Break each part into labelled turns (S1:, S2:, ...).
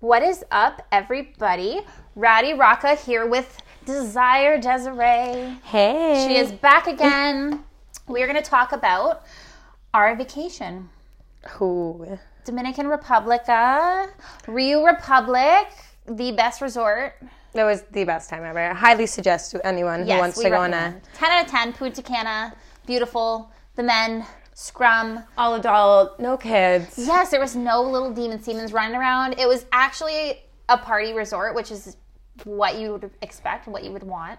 S1: What is up, everybody? Ratty Rocca here with Desire Desiree.
S2: Hey.
S1: She is back again. We are going to talk about our vacation
S2: Ooh.
S1: Dominican Republica, Rio Republic, the best resort.
S2: That was the best time ever. I highly suggest to anyone who wants to go on a.
S1: 10 out of 10, Punta Cana, beautiful, the men, scrum.
S2: All adult, no kids.
S1: Yes, there was no little demon semen running around. It was actually a party resort, which is what you would expect, what you would want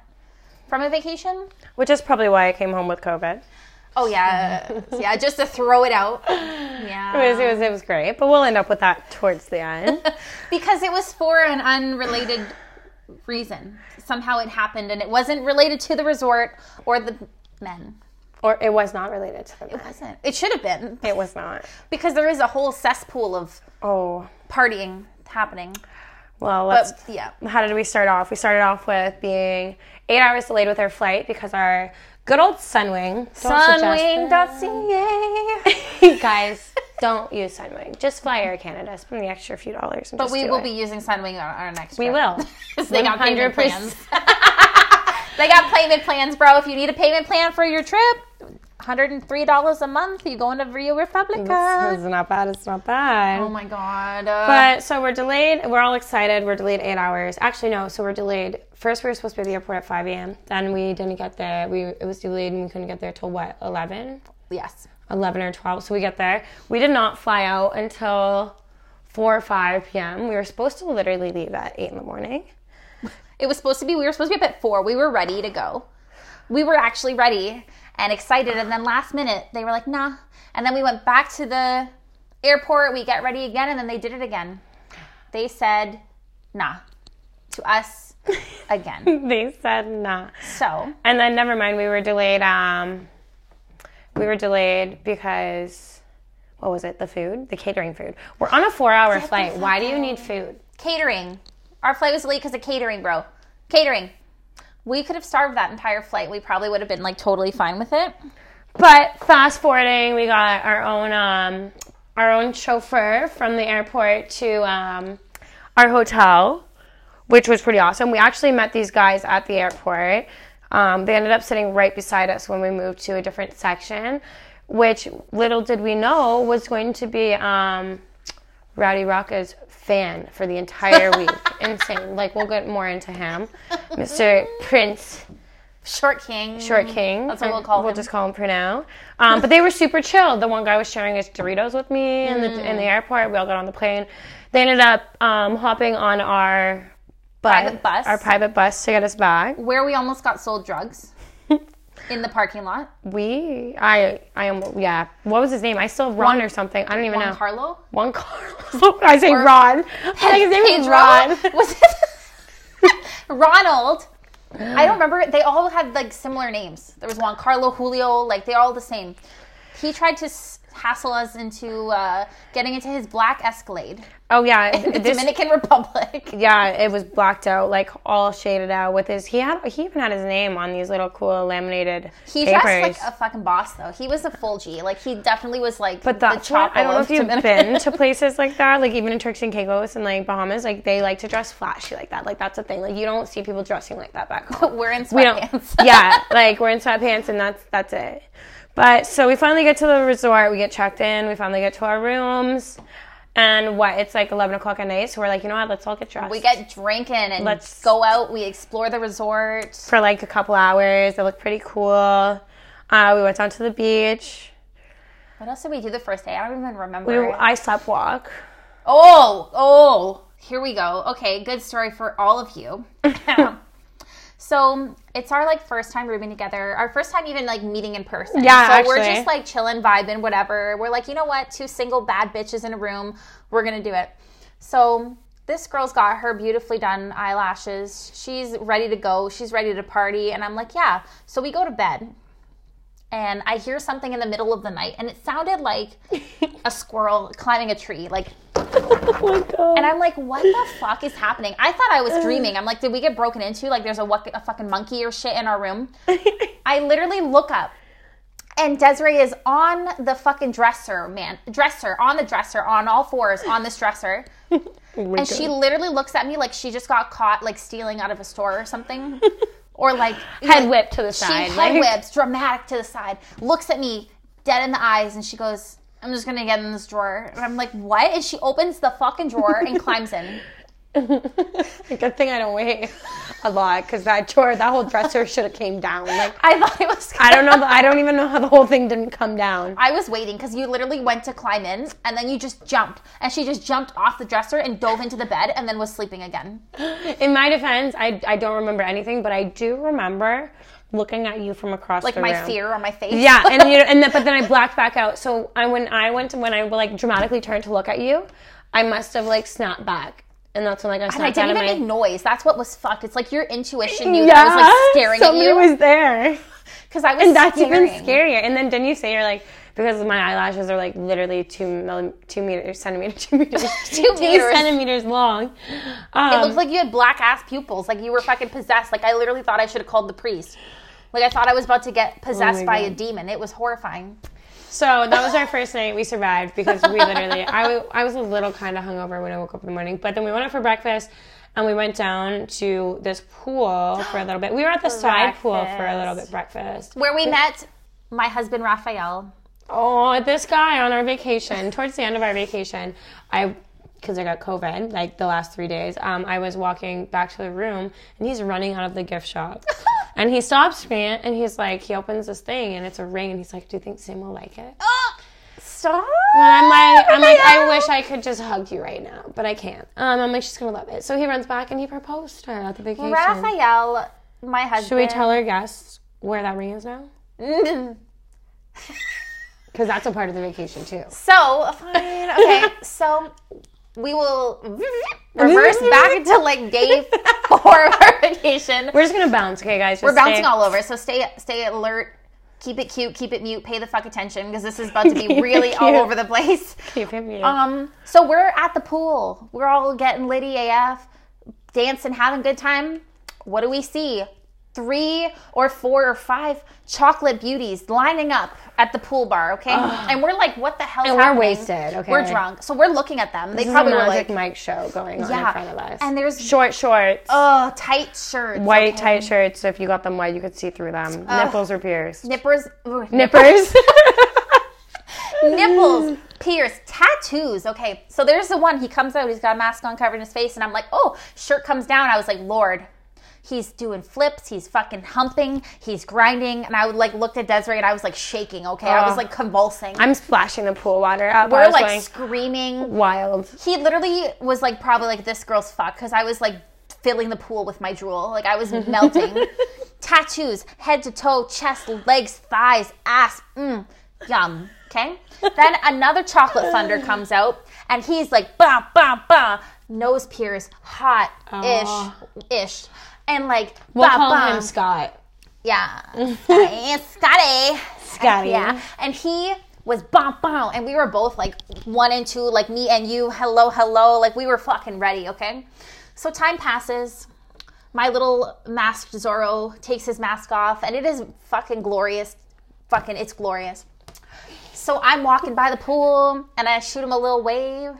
S1: from a vacation.
S2: Which is probably why I came home with COVID.
S1: Oh yeah, yeah, just to throw it out.
S2: It
S1: Yeah,
S2: was, it was, it was great, but we'll end up with that towards the end.
S1: because it was for an unrelated reason. Somehow it happened, and it wasn't related to the resort or the men.
S2: or it was not related to the
S1: It wasn't. It should have been
S2: It was not.
S1: because there is a whole cesspool of
S2: Oh.
S1: partying happening.
S2: Well, let's.
S1: But yeah,
S2: how did we start off? We started off with being eight hours delayed with our flight because our good old Sunwing. Don't suggest it.
S1: Sunwing.ca.
S2: Guys, don't use Sunwing. Just fly Air Canada. Spend the extra few dollars. And
S1: But we will be using Sunwing on our next.
S2: We will.
S1: they got payment
S2: 100%.
S1: plans. they got payment plans, bro. If you need a payment plan for your trip, $103 a month, you going to Rio Republica.
S2: It's not bad. It's not bad.
S1: Oh my god. Uh,
S2: Uh, um, But so we're delayed. We're all excited. We're delayed eight hours. Actually, no. So we're delayed. First, we were supposed to be at the airport at 5 a.m. Then we didn't get there. We it was delayed and we couldn't get there till what 11,
S1: yes.
S2: 11 or 12. So we get there. We did not fly out until 4 or 5 p.m. We were supposed to literally leave at 8 in the morning.
S1: It was supposed to be we were supposed to be up at 4. We were ready to go. We were actually ready and excited and then last minute they were like, "Nah." And then we went back to the airport, we got ready again and then they did it again. They said, "Nah." To us again.
S2: They said nah.
S1: so,
S2: And then never mind, we were delayed. Um, we were delayed because what was it? The food, the catering food. We're on a four-hour flight. Why do you need food?
S1: catering. Our flight was late because of catering, bro. Catering. We could have starved that entire flight. We probably would have been like totally fine with it.
S2: But fast forwarding, we got our own um, our own chauffeur from the airport to um, our hotel, which was pretty awesome. We actually met these guys at the airport. Um, they ended up sitting right beside us when we moved to a different section, which little did we know was going to be um, Rowdy Rocca's fan for the entire week. Insane. Like we'll get more into him, Mr. Prince
S1: Short King.
S2: Short King.
S1: Mm-hmm. That's what we'll call
S2: We'll
S1: him.
S2: just call him for now. Um, but they were super chill. The one guy was sharing his Doritos with me in, the, in
S1: Mm.
S2: the airport. We all got on the plane. They ended up um, hopping on our bus,
S1: Private bus.
S2: our private bus to get us back.
S1: Where we almost got sold drugs in the parking lot.
S2: We, I, I am, yeah. What was his name? I still Ron or something. I don't even
S1: Juan
S2: know.
S1: Carlo.
S2: Juan Carlos. I say Ron. I think his name is
S1: Pedro?
S2: Ron.
S1: Was it Ronald? I don't remember. They all had like similar names. There was Juan Carlo, Julio, like they're all the same. He tried to s- hassle us into uh, getting into his black Escalade,
S2: Oh yeah,
S1: the
S2: this-
S1: Dominican Republic.
S2: yeah, it was blacked out, like all shaded out with his. He had he even had his name on these little cool laminated
S1: He
S2: papers.
S1: dressed like a fucking boss though. He was a full G. Like he definitely was like
S2: But that's what,
S1: Chapo
S2: I don't know
S1: of
S2: if you've
S1: Dominican.
S2: been to places like that, like even in Turks and Caicos and like Bahamas, like they like to dress flashy like that. Like that's a thing. Like you don't see people dressing like that back home.
S1: We're in
S2: We don't.
S1: sweatpants.
S2: yeah, like we're in sweatpants and that's that's it. But so we finally get to the resort. We get checked in. We finally get to our rooms, and what? It's like eleven o'clock at night. So we're like, you know what? Let's all get dressed.
S1: We get drinking and
S2: Let's-
S1: go out. We explore the resort.
S2: for like a couple hours. It looked pretty cool. Uh, we went down to the beach.
S1: What else did we do the first day? I don't even
S2: We,
S1: remember.
S2: I slept walk.
S1: oh, oh, here we go. Okay, good story for all of you. so it's our like first time rooming together. Our first time even like meeting in person.
S2: Yeah,
S1: So we're
S2: actually.
S1: just like chilling, vibing, whatever. We're like, you know what? Two single bad bitches in a room. We're gonna do it. So this girl's got her beautifully done eyelashes. She's ready to go. She's ready to party. And I'm like, yeah. So we go to bed. And I hear something in the middle of the night, and it sounded like a squirrel climbing a tree. Like,
S2: Oh my god.
S1: and I'm like, what the fuck is happening? I thought I was dreaming. I'm like, did we get broken into? Like, there's a, wuck- a fucking monkey or shit in our room. I literally look up, and Desiree is on the fucking dresser, man. Dresser, on the dresser, on all fours, on this dresser, and she literally looks at me like she just got caught like stealing out of a store or something. or like
S2: Head whipped to the
S1: she
S2: side,
S1: head
S2: like-
S1: whips, dramatic to the side, looks at me dead in the eyes, and she goes, I'm just gonna get in this drawer. And I'm like, what? And she opens the fucking drawer and climbs in.
S2: Good thing I don't weigh a lot because that drawer, that whole dresser should have came down. Like
S1: I thought it was
S2: I don't know, I don't even know how the whole thing didn't come down.
S1: I was waiting because you literally went to climb in and then you just jumped. And she just jumped off the dresser and dove into the bed and then was sleeping again.
S2: In my defense, I, I don't remember anything, but I do remember looking at you from across
S1: Like
S2: the
S1: my
S2: room.
S1: fear on my face.
S2: Yeah, and you know, and then, but then I blacked back out. So I when I went to, when I like dramatically turned to look at you, I must have like snapped back, and that's when like I
S1: And I
S2: snapped
S1: didn't
S2: out of
S1: even
S2: my.
S1: make noise. That's what was fucked. It's like your intuition knew that I was like staring at
S2: somebody
S1: you.
S2: was there,
S1: Because I was
S2: and that's
S1: staring.
S2: even scarier. And then didn't you say you're like because my eyelashes are like literally two mil- two meters centimeters two meters
S1: Two meters.
S2: centimeters long.
S1: It
S2: Um,
S1: looked like you had black ass pupils. Like you were fucking possessed. Like I literally thought I should have called the priest. Like I thought I was about to get possessed
S2: Oh my
S1: by a
S2: God.
S1: demon. It was horrifying.
S2: So that was our first night. We survived because we literally, I wa- I was a little kind of hungover when I woke up in the morning. But then we went out for breakfast and we went down to this pool for a little bit. We were at the side pool for a little bit breakfast.
S1: Where we met my husband Raphael.
S2: Oh, this guy on our vacation, towards the end of our vacation, I, because I got COVID like the last three days, um, I was walking back to the room and he's running out of the gift shop. and he stops me and he's like, he opens this thing and it's a ring and he's like, do you think Sam will like it?
S1: Ah! Stop.
S2: And I'm like, I'm like, I wish I could just hug you right now, but I can't. Um, I'm like, she's gonna love it. So he runs back and he proposed to her at the vacation.
S1: Raphael, my husband.
S2: Should we tell our guests where that ring is now? Because that's a part of the vacation too.
S1: So fine, okay. So we will reverse back to like day four of our vacation.
S2: We're just gonna bounce, okay, guys?
S1: We're bouncing all over, so stay stay alert. Keep it cute, keep it mute, pay the fuck attention because this is about to be
S2: Keep it
S1: really all
S2: cute.
S1: over the place.
S2: Keep him here.
S1: Um, so we're at the pool. We're all getting litty AF, dancing, having a good time. What do we see? Three or four or five chocolate beauties lining up at the pool bar. Okay, and we're like, what the hell?
S2: And we're wasted, okay.
S1: we're drunk, so we're looking at them. They
S2: this is a
S1: probably were
S2: magic
S1: like,
S2: Mike show going on
S1: yeah,
S2: in front of us.
S1: and there's
S2: short shorts,
S1: oh tight shirts,
S2: white
S1: okay. Oh.
S2: tight shirts. If you got them white, you could see through them. Nipples are pierced.
S1: nippers, ooh,
S2: Nippers.
S1: nipples pierced tattoos okay so there's the one he comes out he's got a mask on covering his face and i'm like oh shirt comes down i was like lord he's doing flips he's fucking humping he's grinding and i would like looked at desiree and i was like shaking okay i was
S2: Ugh.
S1: like convulsing
S2: I'm splashing the pool water up. I
S1: we're
S2: was
S1: like
S2: going
S1: screaming
S2: wild.
S1: he literally was like probably like this girl's fuck because i was like filling the pool with my drool like i was melting tattoos head to toe chest legs thighs ass mm, yum okay then another chocolate thunder comes out and he's like bah bah bah nose pierced hot ish ish and like
S2: We'll
S1: bah,
S2: call
S1: bah.
S2: him Scott.
S1: Yeah. Scotty. Scotty.
S2: Scotty.
S1: Yeah. And he was bom bom. And we were both like one and two, like me and you. Hello, hello. Like we were fucking ready, okay? So time passes. My little masked Zorro takes his mask off, and it is fucking glorious. Fucking, it's glorious. So I'm walking by the pool, and I shoot him a little wave,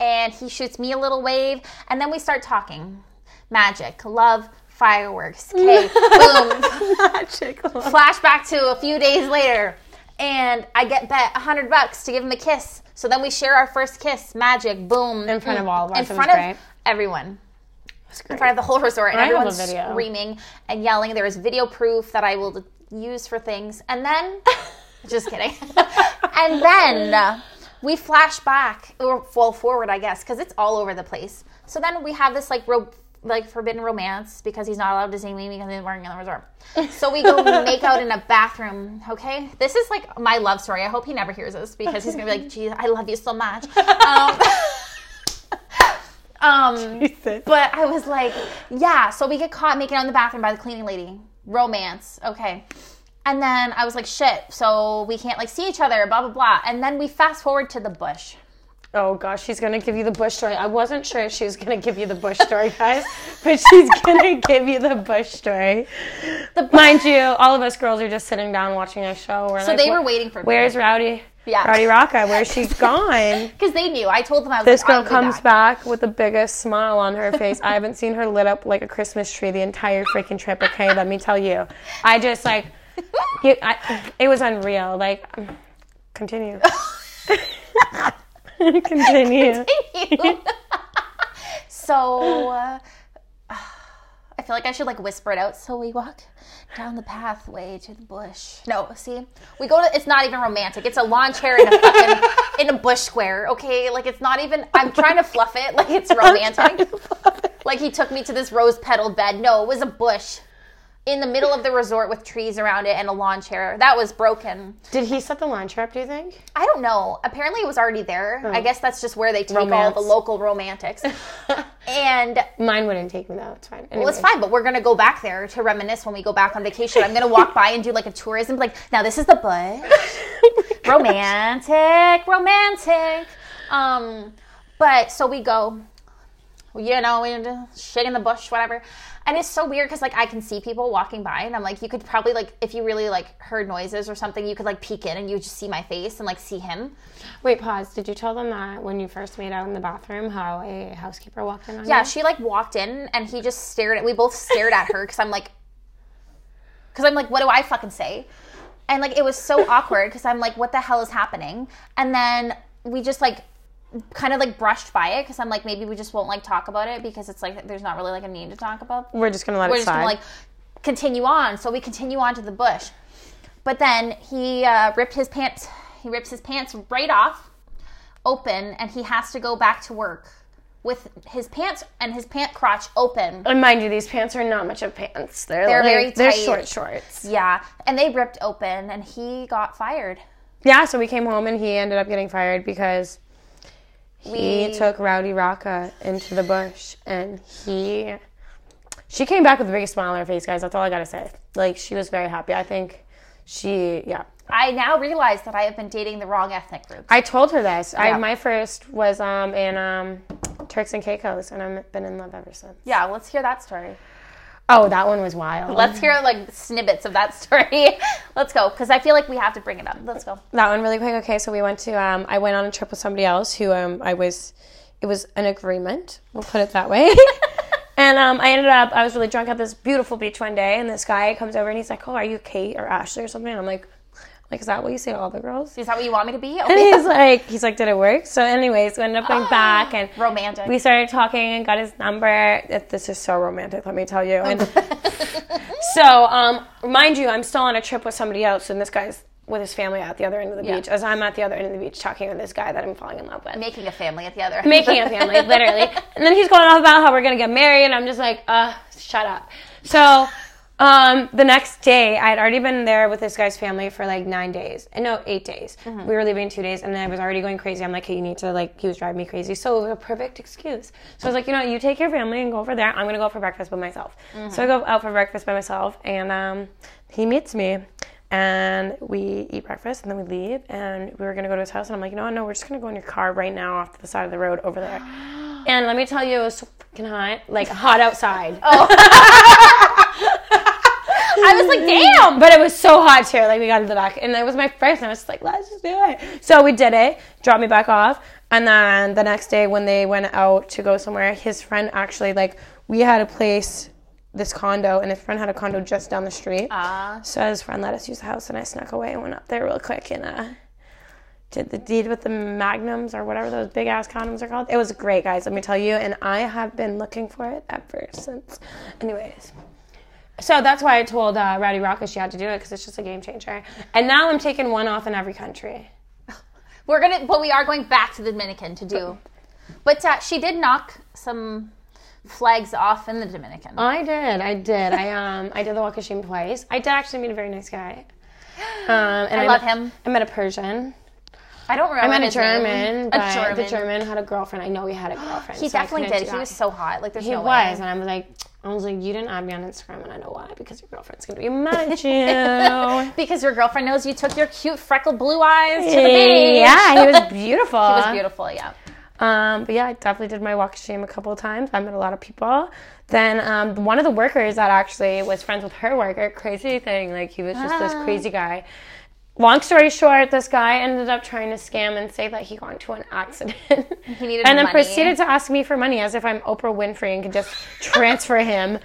S1: and he shoots me a little wave, and then we start talking. Magic, love, fireworks, okay, boom,
S2: Magic.
S1: flashback to a few days later and i get bet 100 bucks to give him a kiss so then we share our first kiss magic boom
S2: In front of all of us.
S1: in
S2: It was
S1: front of
S2: great.
S1: everyone
S2: That's
S1: in front of the whole resort and
S2: I have a
S1: everyone's
S2: video.
S1: screaming and yelling there is video proof that i will use for things and then just kidding and then uh, we flash back or fall forward i guess because it's all over the place so then we have this like ro- like forbidden romance because he's not allowed to see me because he's working in the resort so we go make out in a bathroom okay this is like my love story i hope he never hears this because he's gonna be like geez i love you so much um, um but I was like, yeah. So we get caught making out in the bathroom by the cleaning lady. Romance. Okay. And then I was like, shit. So we can't like see each other, blah, blah, blah. And then we fast forward to the bush.
S2: oh gosh, she's gonna give you the bush story. I wasn't sure if she was gonna give you the bush story, guys, but she's gonna give you the bush story. Mind you, all of us girls are just sitting down watching a show. We're
S1: So
S2: like,
S1: they
S2: "Wh-
S1: were waiting for me.
S2: Where's Rowdy?
S1: Yeah.
S2: Rowdy Rocca, where she's gone.
S1: Because they knew. I told them I was
S2: This
S1: like,
S2: girl
S1: I'm the
S2: comes
S1: guy.
S2: back with the biggest smile on her face. I haven't seen her lit up like a Christmas tree the entire freaking trip. Okay, let me tell you. I just like, you, I, it was unreal. Like, continue. continue.
S1: so uh, I feel like I should like whisper it out. So we walk down the pathway to the bush. No, see, we go to. It's not even romantic. It's a lawn chair in a fucking in a bush square. Okay, like it's not even. I'm trying to fluff it like it's romantic. like he took me to this rose petal bed. No, it was a bush. In the middle of the resort with trees around it and a lawn chair. That was broken.
S2: Did he set the launcher up? Do you think?
S1: I don't know. Apparently, it was already there. I guess that's just where they take all
S2: Romance.
S1: the local romantics. and
S2: Mine wouldn't take me though. It's fine.
S1: well, it's fine, but we're gonna go back there to reminisce when we go back on vacation. I'm gonna walk by and do like a tourism, like now this is the bush, romantic, romantic. Um, but so we go, you know, we just shit in the bush, whatever. And it's so weird because like I can see people walking by, and I'm like, you could probably like if you really like heard noises or something, you could like peek in and you would just see my face and like see him.
S2: Wait, pause. Did you tell them that when you first made out in the bathroom, how a housekeeper walked in on
S1: Yeah,
S2: you?
S1: she like walked in and he just stared at. We both stared at her because I'm like, because I'm like, what do I fucking say? And like it was so awkward because I'm like, what the hell is happening? And then we just like kind of like brushed by it because I'm like, maybe we just won't like talk about it because it's like there's not really like a need to talk about
S2: We're just gonna let
S1: we're
S2: it
S1: just gonna
S2: slide.
S1: like continue on. So we continue on to the bush. But then he uh, ripped his pants. He rips his pants right off, open, and he has to go back to work with his pants and his pant crotch open.
S2: and mind you, these pants are not much of pants. They're
S1: They're
S2: like-
S1: very
S2: They're
S1: tight.
S2: short shorts.
S1: Yeah, and they ripped open, and he got fired.
S2: Yeah. So we came home and he ended up getting fired because he
S1: We-
S2: took Rowdy Rocca into the bush and he. She came back with the biggest smile on her face, guys. That's all I gotta say. Like she was very happy. I think she, yeah.
S1: I now realize that I have been dating the wrong ethnic group.
S2: I told her this.
S1: Yeah.
S2: I my first was um in um Turks and Caicos, and I've been in love ever since.
S1: Yeah, let's hear that story.
S2: Oh, that one was wild.
S1: Let's hear like snippets of that story. let's go, because I feel like we have to bring it up. Let's go.
S2: that one really quick. Okay, so we went to um, I went on a trip with somebody else who um, I was it was an agreement. We'll put it that way. and um, I ended up I was really drunk at this beautiful beach one day, and this guy comes over and he's like, "Oh, are you Kate or Ashley or something?" And I'm like, "Like, is that what you say to all the girls?"
S1: Is that what you want me to be?
S2: And
S1: Okay.
S2: he's like, "He's like, did it work?" So, anyways, we ended up going back and
S1: Romantic.
S2: we started talking and got his number. It- This is so romantic, let me tell you. And so, um, mind you, I'm still on a trip with somebody else, and this guy's with his family at the other end of the
S1: Yeah.
S2: beach, as I'm at the other end of the beach talking with this guy that I'm falling in love with.
S1: making a family at the other end.
S2: Making a family, literally. And then he's going off about how we're gonna get married, and I'm just like, uh, shut up. So, um, the next day, I had already been there with this guy's family for like nine days, and no, eight days. We were leaving two days, and I was already going crazy. I'm like, hey, you need to like, he was driving me crazy, so it was a perfect excuse. So I was like, you know, you take your family and go over there. I'm gonna go out for breakfast by myself. So I go out for breakfast by myself, and um, he meets me. And we eat breakfast and then we leave and we were gonna go to his house and I'm like, you know what, no, we're just gonna go in your car right now off to the side of the road over there. And let me tell you, it was so fucking hot, like hot outside.
S1: I was like, damn.
S2: Damn, but it was so hot too. Like we got to the back, and it was my first. And I was just like, let's just do it. So we did it. Dropped me back off, and then the next day when they went out to go somewhere, his friend actually like we had a place, this condo, and his friend had a condo just down the street.
S1: Ah.
S2: So his friend let us use the house, and I snuck away and went up there real quick and uh, did the deed with the magnums or whatever those big ass condoms are called. It was great, guys. Let me tell you, and I have been looking for it ever since. Anyways. So that's why I told uh, Rowdy Rocka she had to do it because it's just a game changer. And now I'm taking one off in every country.
S1: We're gonna, but we are going back to the Dominican to do. But uh, she did knock some flags off in the Dominican.
S2: I did, I did. I um, I did the walk of shame twice. I did actually meet a very nice guy. Um, and I,
S1: love
S2: met,
S1: him.
S2: I met a Persian.
S1: I don't remember.
S2: I met a
S1: his name.
S2: German,
S1: A
S2: but
S1: German.
S2: the German had a girlfriend. I know he had a girlfriend.
S1: He
S2: so I
S1: definitely
S2: couldn't
S1: did.
S2: do
S1: He
S2: that.
S1: was so hot. Like there's
S2: He
S1: no
S2: was,
S1: way.
S2: and I was like, I was like, you didn't add me on Instagram, and I know why because your girlfriend's gonna be mad at you.
S1: Because your girlfriend knows you took your cute freckled blue eyes to the beach.
S2: yeah, he was beautiful.
S1: He was beautiful. Yeah.
S2: Um, but yeah, I definitely did my walk of shame a couple of times. I met a lot of people. Then um, one of the
S1: Ah.
S2: workers that actually was friends with her worker, crazy thing, like he was just this crazy guy. long story short, this guy ended up trying to scam and say that he got into an accident.
S1: He needed
S2: and then
S1: money.
S2: proceeded to ask me for money as if I'm Oprah Winfrey and could just transfer him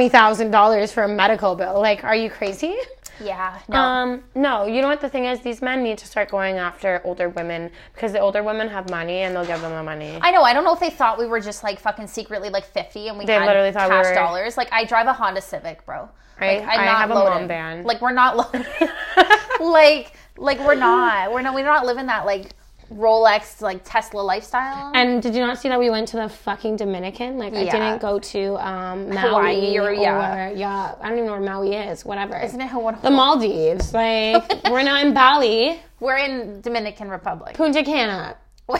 S2: $20,000 for a medical bill. Like, are you crazy?
S1: Yeah. No.
S2: Um, no, you know what the thing is? These men need to start going after older women because the older women have money and they'll give them the money.
S1: I know. I don't know if they thought we were just like fucking secretly like fifty and we
S2: They
S1: had
S2: literally thought we
S1: cash
S2: were-
S1: dollars. Like I drive a Honda Civic, bro.
S2: I-
S1: Like,
S2: I have a mom
S1: loaded.
S2: van.
S1: Like we're not loaded. like like we're not. We're not. We're not living that like Rolex like Tesla lifestyle.
S2: And did you not see that we went to the fucking Dominican? Like I
S1: Yeah.
S2: didn't go to um, Maui
S1: Hawaii or-
S2: or,
S1: yeah.
S2: yeah. I don't even know where Maui is. Whatever.
S1: Isn't it Hawaii?
S2: the Maldives? Like we're not in Bali,
S1: We're in Dominican Republic.
S2: Punta Cana.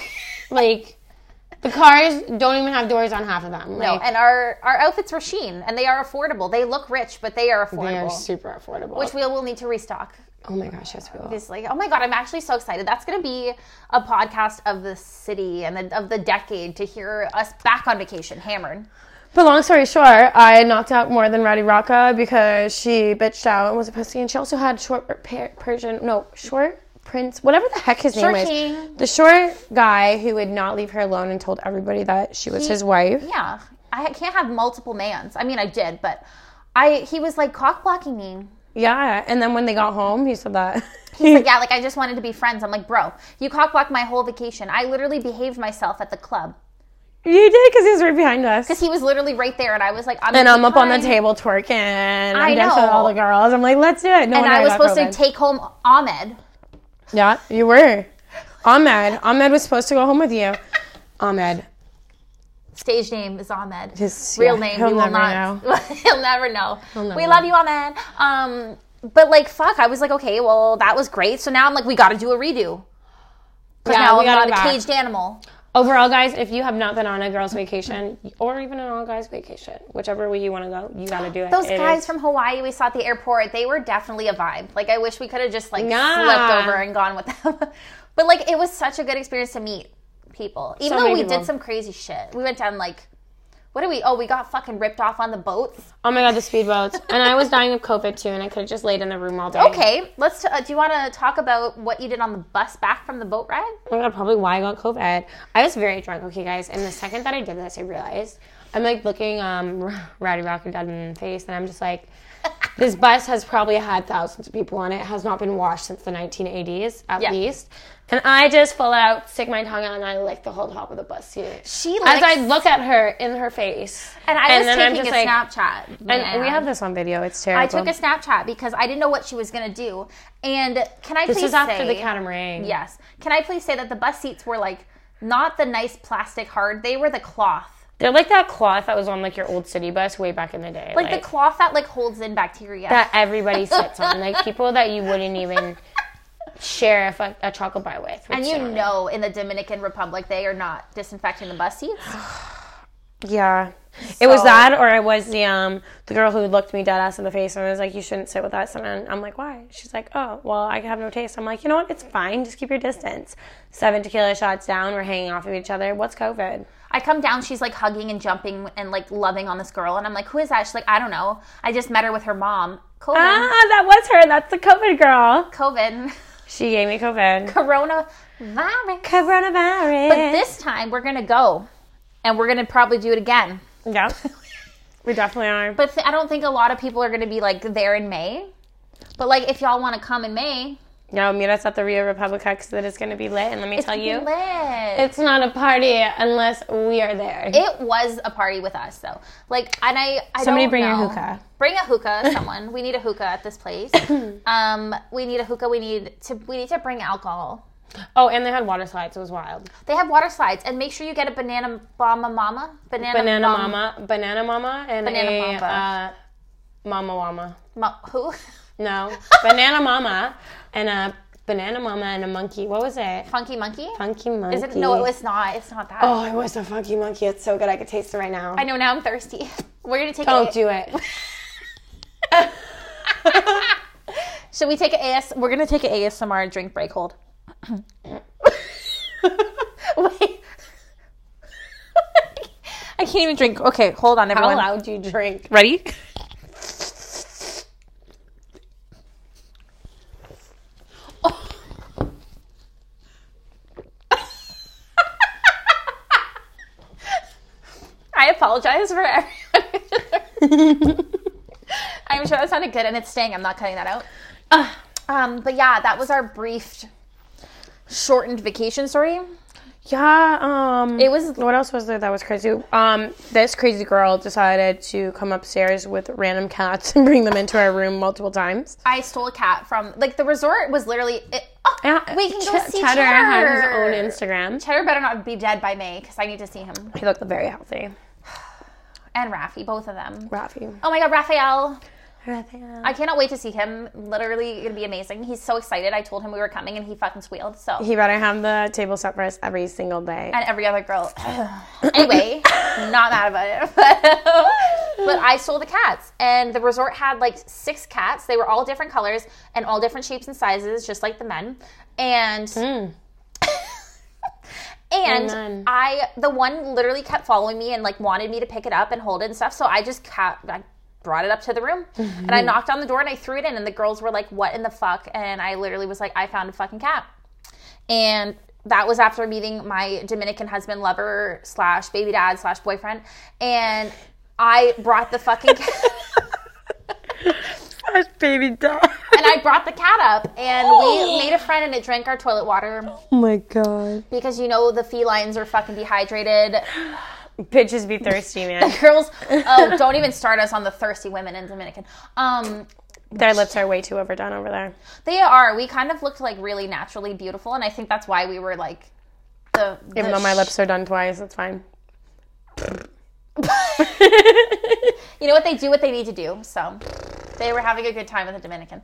S2: Like the cars don't even have doors on half of them.
S1: No,
S2: Like,
S1: and our our outfits were Sheen, and they are affordable. They look rich, but they are
S2: they are
S1: affordable.
S2: super affordable.
S1: which we will need to restock.
S2: oh my gosh, yes, we will.
S1: Obviously, oh my god, I'm actually so excited. That's going to be a podcast of the city and the, of the decade to hear us back on vacation, hammered.
S2: But long story short, I knocked out more than Ratty Rocca because she bitched out and was a pussy, and she also had short per- Persian, no, short prince, whatever the heck his
S1: Short
S2: name
S1: king.
S2: is, the short guy who would not leave her alone and told everybody that she was his wife.
S1: Yeah, I can't have multiple mans. I mean, I did, but I he was like cock blocking me.
S2: Yeah, and then when they got home, he said that.
S1: He's like, yeah, like I just wanted to be friends. I'm like, bro, you cock blocked my whole vacation. I literally behaved myself at the club
S2: you did because he was right behind us.
S1: because he was literally right there, and I was like, I'm
S2: And
S1: gonna
S2: I'm
S1: be
S2: up on the
S1: kind.
S2: table twerking. I'm
S1: I
S2: dancing with
S1: know.
S2: all the girls. I'm like, let's do it. No
S1: and
S2: wonder
S1: I was
S2: got
S1: supposed
S2: COVID.
S1: to take home Ahmed.
S2: Yeah, you were. Ahmed. Ahmed was supposed to go home with you. Ahmed.
S1: Stage name is Ahmed.
S2: His
S1: real
S2: yeah,
S1: name.
S2: he'll
S1: we will
S2: never
S1: not.
S2: know.
S1: he'll never know.
S2: never
S1: we love you, Ahmed. Um, but like, fuck. I was like, okay, well, that was great. So now I'm like, we got to do a redo. Because
S2: Yeah,
S1: now I'm
S2: we gotta
S1: not a
S2: go back.
S1: caged animal.
S2: Overall, guys, if you have not been on a girls' vacation or even an all guys' vacation, whichever way you want to go, you got to do it.
S1: Those
S2: It is-
S1: guys from Hawaii we saw at the airport, they were definitely a vibe. Like, I wish we could have just like
S2: Nah.
S1: slipped over and gone with them. but like, it was such a good experience to meet people. Even
S2: So
S1: though
S2: many
S1: we
S2: people.
S1: did some crazy shit. We went down like, what did we? Oh, we got fucking ripped off on the boats.
S2: Oh my god, the speedboats! and I was dying of COVID too, and I could have just laid in the room all day.
S1: Okay, let's. T- uh, do you want to talk about what you did on the bus back from the boat ride?
S2: Oh my god, probably why I got COVID. I was very drunk, okay, guys. And the second that I did this, I realized I'm like looking um Rowdy Rocker dead in the face, and I'm just like, this bus has probably had thousands of people on it. It Has not been washed since the 1980s at
S1: Yeah.
S2: least. And I just full out stick my tongue out and I lick the whole top of the bus seat.
S1: She
S2: as I
S1: licks-
S2: look at her in her face,
S1: And I was
S2: then I'm
S1: taking a
S2: just like-
S1: Snapchat.
S2: And
S1: man.
S2: we have this on video. It's terrible.
S1: I took a Snapchat because I didn't know what she was gonna do. And can I
S2: This
S1: please
S2: is after
S1: say,
S2: the catamaran.
S1: Yes. Can I please say that the bus seats were like not the nice plastic hard; they were the cloth,
S2: They're like that cloth that was on like your old city bus way back in the day.
S1: like, the cloth that like holds in bacteria.
S2: that everybody sits on, like people that you wouldn't even share a, fu- a chocolate bar with. would
S1: and
S2: sit
S1: you
S2: on it.
S1: know, in the Dominican Republic, they are not disinfecting the bus seats.
S2: yeah, it was
S1: So-
S2: that, or it was the um the girl who looked me dead ass in the face and was like, "You shouldn't sit with us." And then I'm like, "Why?" She's like, "Oh, well, I have no taste." I'm like, "You know what? It's fine. Just keep your distance." Seven tequila shots down, we're hanging off of each other. What's COVID?
S1: I come down, she's like hugging and jumping and like loving on this girl, and I'm like, "Who is that?" She's like, "I don't know. I just met her with her mom." COVID.
S2: Ah, that was her. That's the COVID girl.
S1: COVID.
S2: She gave me COVID.
S1: Coronavirus.
S2: Coronavirus.
S1: But this time we're gonna go, and we're gonna probably do it again.
S2: yeah, we definitely are.
S1: But th- I don't think a lot of people are gonna be like there in May. But like, if y'all want to come in May,
S2: No, meet us at the Rio Republica because it is going to be lit. And let me tell you,
S1: lit.
S2: it's not a party unless we are there.
S1: It was a party with us though. Like, and I, I
S2: Somebody
S1: don't
S2: bring your
S1: know.
S2: hookah.
S1: Bring a hookah, someone. we need a hookah at this place. um, we need a hookah. We need to. We need to bring alcohol.
S2: Oh, and they had water slides. It was wild.
S1: They have water slides, and make sure you get a banana mama mama, banana,
S2: Banana
S1: mama,
S2: mama, banana mama, and
S1: Banana
S2: a
S1: mamba.
S2: Uh, mama mama.
S1: Ma- who?
S2: No, banana mama and a banana mama and a monkey. What was it?
S1: Funky monkey?
S2: Funky monkey.
S1: Is it? No, it's not. It's not that.
S2: Oh, it was a funky monkey. It's so good. I could taste it right now.
S1: I know. Now I'm thirsty. We're gonna take.
S2: Don't
S1: a-
S2: do it.
S1: Should we take an AS? We're gonna take an ASMR drink break. Hold. Wait. I can't even drink. Okay, hold on,
S2: How
S1: everyone.
S2: loud do you drink?
S1: Ready? I apologize for everyone. I'm sure that sounded good, and it's staying. I'm not cutting that out.
S2: Ugh.
S1: Um, but yeah, that was our brief, shortened vacation story.
S2: Yeah, um
S1: It was-
S2: what else was there that was crazy? Um this crazy girl decided to come upstairs with random cats and bring them into our room multiple times.
S1: I stole a cat from like the resort was literally. It, oh,
S2: Yeah,
S1: we can go
S2: Ch-
S1: see
S2: Cheddar
S1: Cheddar.
S2: had his own Instagram.
S1: Cheddar better not be dead by May because I need to see him
S2: He looked very healthy.
S1: and Rafi, both of them.
S2: Rafi.
S1: Oh my God, Raphael!
S2: Raphael.
S1: I cannot wait to see him. Literally, gonna be amazing. He's so excited. I told him we were coming, and he fucking squealed. So
S2: He better have the table set for us every single day.
S1: and every other girl. anyway, not mad about it. But, but I stole the cats, and the resort had like six cats. They were all different colors and all different shapes and sizes, just like the men. And and
S2: Amen.
S1: I, the one literally kept following me and like wanted me to pick it up and hold it and stuff. So I just kept. I, Brought it up to the room and I knocked on the door and I threw it in. And the girls were like, What in the fuck? And I literally was like, I found a fucking cat and that was after meeting my Dominican husband, lover slash baby dad slash boyfriend, and I brought the fucking cat,
S2: That's baby dog.
S1: and I brought the cat up, and we made a friend, and it drank our toilet water
S2: Oh my god.
S1: because you know the felines are fucking dehydrated.
S2: Bitches be thirsty, man.
S1: Girls, oh, don't even start us on the thirsty women in Dominican. Um,
S2: Their lips are way too overdone over there.
S1: they are. We kind of looked like really naturally beautiful, and I think that's why we were like the.
S2: Even
S1: the
S2: though my
S1: sh-
S2: lips are done twice, it's fine.
S1: You know what? They do what they need to do. So they were having a good time with the Dominican.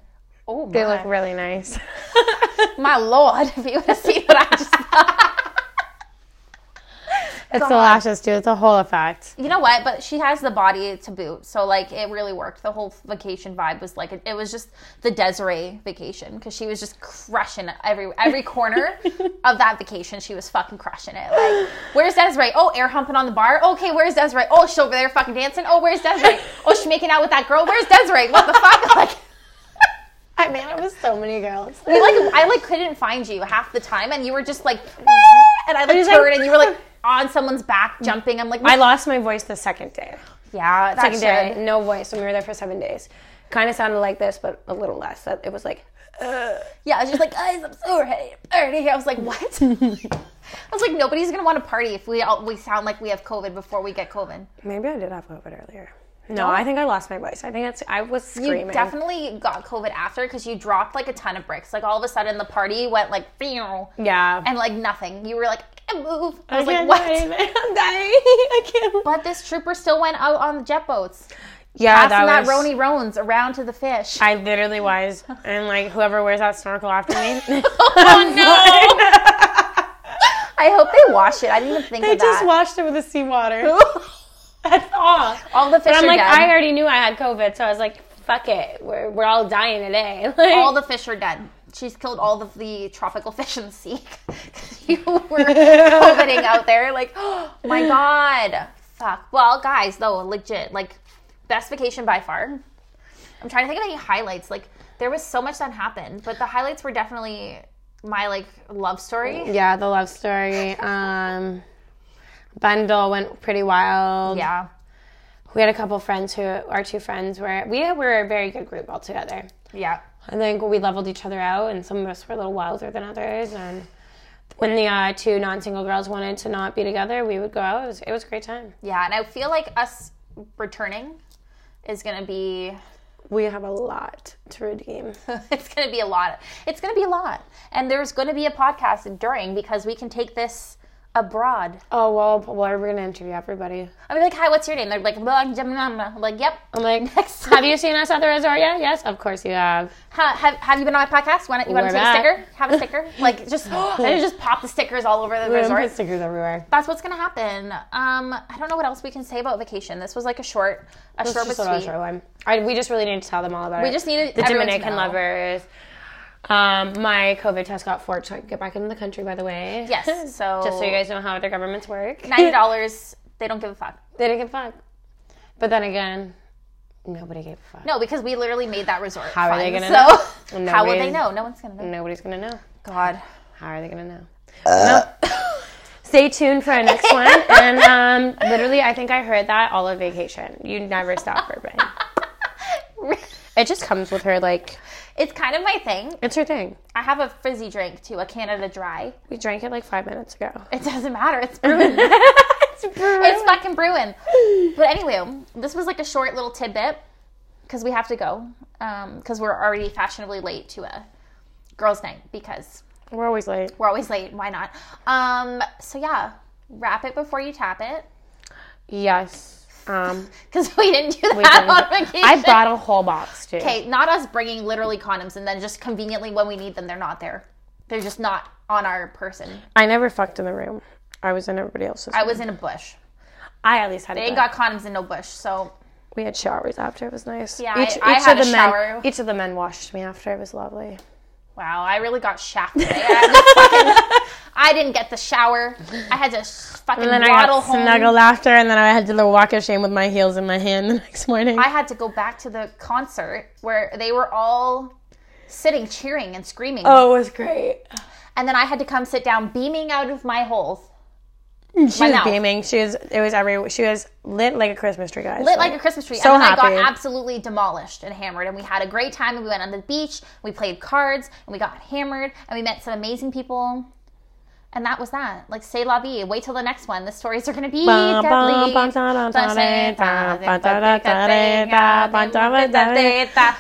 S1: Oh, my.
S2: They look really nice.
S1: My lord, if you would have seen what I just
S2: It's the lashes, too. It's a whole effect.
S1: You know what? But she has the body to boot. So, like, it really worked. The whole vacation vibe was like, it, it was just the Desiree vacation because she was just crushing it every every corner of that vacation. She was fucking crushing it. Like, where's Desiree? Oh, air humping on the bar. Okay, where's Desiree? Oh, she's over there fucking dancing. Oh, where's Desiree? Oh, she's making out with that girl. Where's Desiree? What the fuck? Like,
S2: I man, it was so many girls.
S1: we, like I like couldn't find you half the time, and you were just like, and I like
S2: was like-
S1: turned, and you were like on someone's back jumping. I'm like,
S2: I lost my voice the second day.
S1: yeah, that's
S2: Second day, I
S1: it.
S2: had no voice. When we were there for seven days, kind of sounded like this, but a little less. That- It was like,
S1: Yeah, I was just like, guys, I'm so ready to party. I was like, what? I was like, nobody's gonna want to party if we all, we sound like we have COVID before we get COVID.
S2: maybe I did have COVID earlier. No, I think I lost my voice. I think it's I was
S1: You
S2: screaming.
S1: definitely got COVID after because you dropped like a ton of bricks. Like all of a sudden, the party went like, "Phew,"
S2: yeah.
S1: and like nothing. You were like, I can't move. I was
S2: can't
S1: like,
S2: do
S1: what?
S2: anything. I'm dying. I can't.
S1: But this trooper still went out on the jet boats,
S2: Yeah,
S1: passing that,
S2: that was.
S1: Roni Roans around to the fish.
S2: I literally was, and like whoever wears that snorkel after me,
S1: oh no! I hope they wash it. I didn't even think
S2: they
S1: of that.
S2: just washed it with the seawater. That's all.
S1: all the fish
S2: But I'm
S1: are
S2: like,
S1: dead.
S2: I already knew I had COVID, so I was like, fuck it. We're, we're all dying today. Like,
S1: all the fish are dead. She's killed all of the tropical fish in the sea. you were coveting out there, like, oh my god, fuck. Well, guys, though, legit, like, best vacation by far. I'm trying to think of any highlights. Like, there was so much that happened, but the highlights were definitely my like love story.
S2: yeah, the love story. Um, Bundle went pretty wild.
S1: Yeah,
S2: We had a couple friends who, our two friends were, we were a very good group all together.
S1: yeah.
S2: I think we leveled each other out, and some of us were a little wilder than others. And when the uh, two non-single girls wanted to not be together, we would go out. It was, it was a great time.
S1: Yeah, and I feel like us returning is gonna be
S2: We have a lot to redeem.
S1: it's gonna be a lot. It's gonna be a lot, and there's gonna be a podcast during because we can take this abroad.
S2: oh well, well, we're gonna interview everybody.
S1: I'll be like, "Hi, what's your name?" They're like, blah, blah, blah, blah. I'm like, "Yep."
S2: I'm like,
S1: Next
S2: have you seen us at the resort yet? Yes, of course you have.
S1: Ha, have, have you been on my podcast? Want you want
S2: We're
S1: to take
S2: back.
S1: a sticker? Have a sticker? Like just and it just pop the stickers all over the resort.
S2: stickers everywhere.
S1: That's what's gonna happen. Um, I don't know what else we can say about vacation. This was like a short, a short but
S2: Just a little
S1: sweet.
S2: short one. I, we just really need to tell them all about it.
S1: We just needed
S2: the
S1: everyone to
S2: Dominican
S1: know.
S2: lovers. Um, my COVID test got forked, so I can get back into the country. By the way,
S1: Yes. So
S2: Just so you guys know how their governments work.
S1: ninety dollars. They don't give a fuck.
S2: They didn't give a fuck. But then again, nobody gave a fuck.
S1: No, because we literally made that resort.
S2: How are they
S1: fun.
S2: gonna
S1: So
S2: know?
S1: how would they
S2: Nobody's-
S1: know? No one's gonna know.
S2: Nobody's gonna know.
S1: God.
S2: How are they gonna know? no. Stay tuned for our next one. And um, literally, I think I heard that all of vacation. You never stop burping. It just comes with her. Like
S1: it's kind of my thing.
S2: it's her thing.
S1: I have a fizzy drink too, a Canada Dry.
S2: We drank it like five minutes ago.
S1: It doesn't matter. It's brewing.
S2: it's
S1: it's fucking brewing. But anyway, this was like a short little tidbit because we have to go because we're already fashionably late to a girls' night because
S2: We're always late.
S1: we're always late. Why not? Um, so yeah, wrap it before you tap it
S2: Yes. Um,
S1: because we didn't do
S2: we
S1: that
S2: drank
S1: on
S2: it.
S1: vacation.
S2: I brought a whole box too.
S1: Okay, not us bringing literally condoms and then just conveniently when we need them, they're not there. They're just not on our person.
S2: I never fucked in the room. I was in everybody else's.
S1: I
S2: I,
S1: was in a bush.
S2: at least had. a
S1: They
S2: good-
S1: got condoms in no bush, so
S2: We had showers after. It was nice.
S1: Yeah, I- I had
S2: of the
S1: a
S2: men,
S1: shower.
S2: Each of the men washed me after. It was lovely.
S1: wow, I really got shafted. I, had to fucking- I didn't get the shower. I had to s- fucking
S2: And then I
S1: waddle
S2: got
S1: home.
S2: snuggled after, and then I had to the walk of shame with my heels in my hand the next morning.
S1: I had to go back to the concert where they were all sitting, cheering and screaming,
S2: oh, it was great.
S1: and then I had to come sit down, beaming out of my holes,
S2: She was
S1: mouth.
S2: beaming. She was. It was every. She was lit like a Christmas tree, guys.
S1: lit like a Christmas tree.
S2: so
S1: and then I
S2: happy.
S1: got absolutely demolished and hammered. And we had a great time. And we went on the beach. We played cards. And we got hammered. And we met some amazing people. And that was that. Like, say la vie. Wait till the next one. The stories are going to be
S2: Bum,
S1: deadly.
S2: bum, bum, da, da, da, da, da, da, da, da, da, da, bum, da, da, da,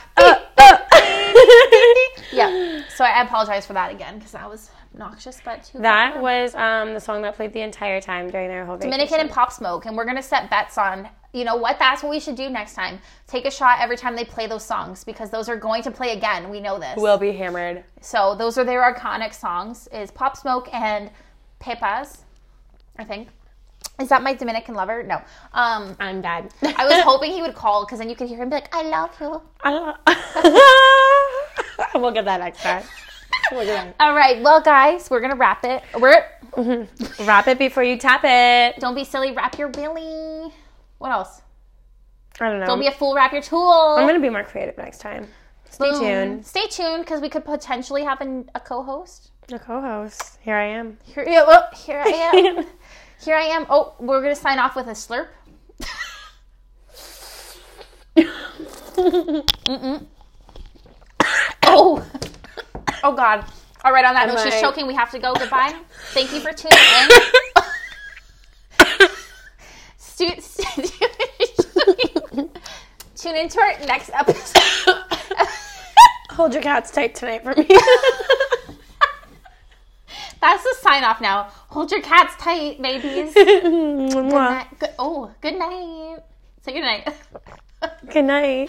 S1: Beep.
S2: Uh, uh.
S1: Yeah. So I apologize for that again because that was obnoxious, but too
S2: That was um, the song that played the entire time during their whole vacation.
S1: Dominican and Pop Smoke, and we're gonna set bets on. You know what? That's what we should do next time. Take a shot every time they play those songs because those are going to play again. We know this.
S2: will be hammered.
S1: So those are their iconic songs: is Pop Smoke and Pepas. I think. Is that my Dominican lover? No. Um,
S2: I'm bad.
S1: I was hoping he would call because then you could hear him be like, "I love you."
S2: hoping. we'll get that next time. We'll get
S1: All right, well, guys, we're gonna wrap it. We're
S2: that. Wrap it before you tap it.
S1: don't be silly. Wrap your willy. What else?
S2: I don't know.
S1: Don't be a fool. Wrap your tool.
S2: I'm gonna be more creative next time. Stay
S1: Boom.
S2: tuned.
S1: Stay tuned because we could potentially have an, a co-host.
S2: The co-host. Here I am.
S1: Here, yeah, well, here I am. here I am. Oh, we're gonna sign off with a slurp. Oh, oh God. All right, on that note, she's
S2: I-
S1: choking. We have to go. Goodbye. Thank you for tuning in. Stu- stu- Tune into our next episode.
S2: Hold your cats tight tonight for me.
S1: That's the sign off now. Hold your cats tight, babies.
S2: Mwah.
S1: Good, oh, good night. Say good night.
S2: Good night.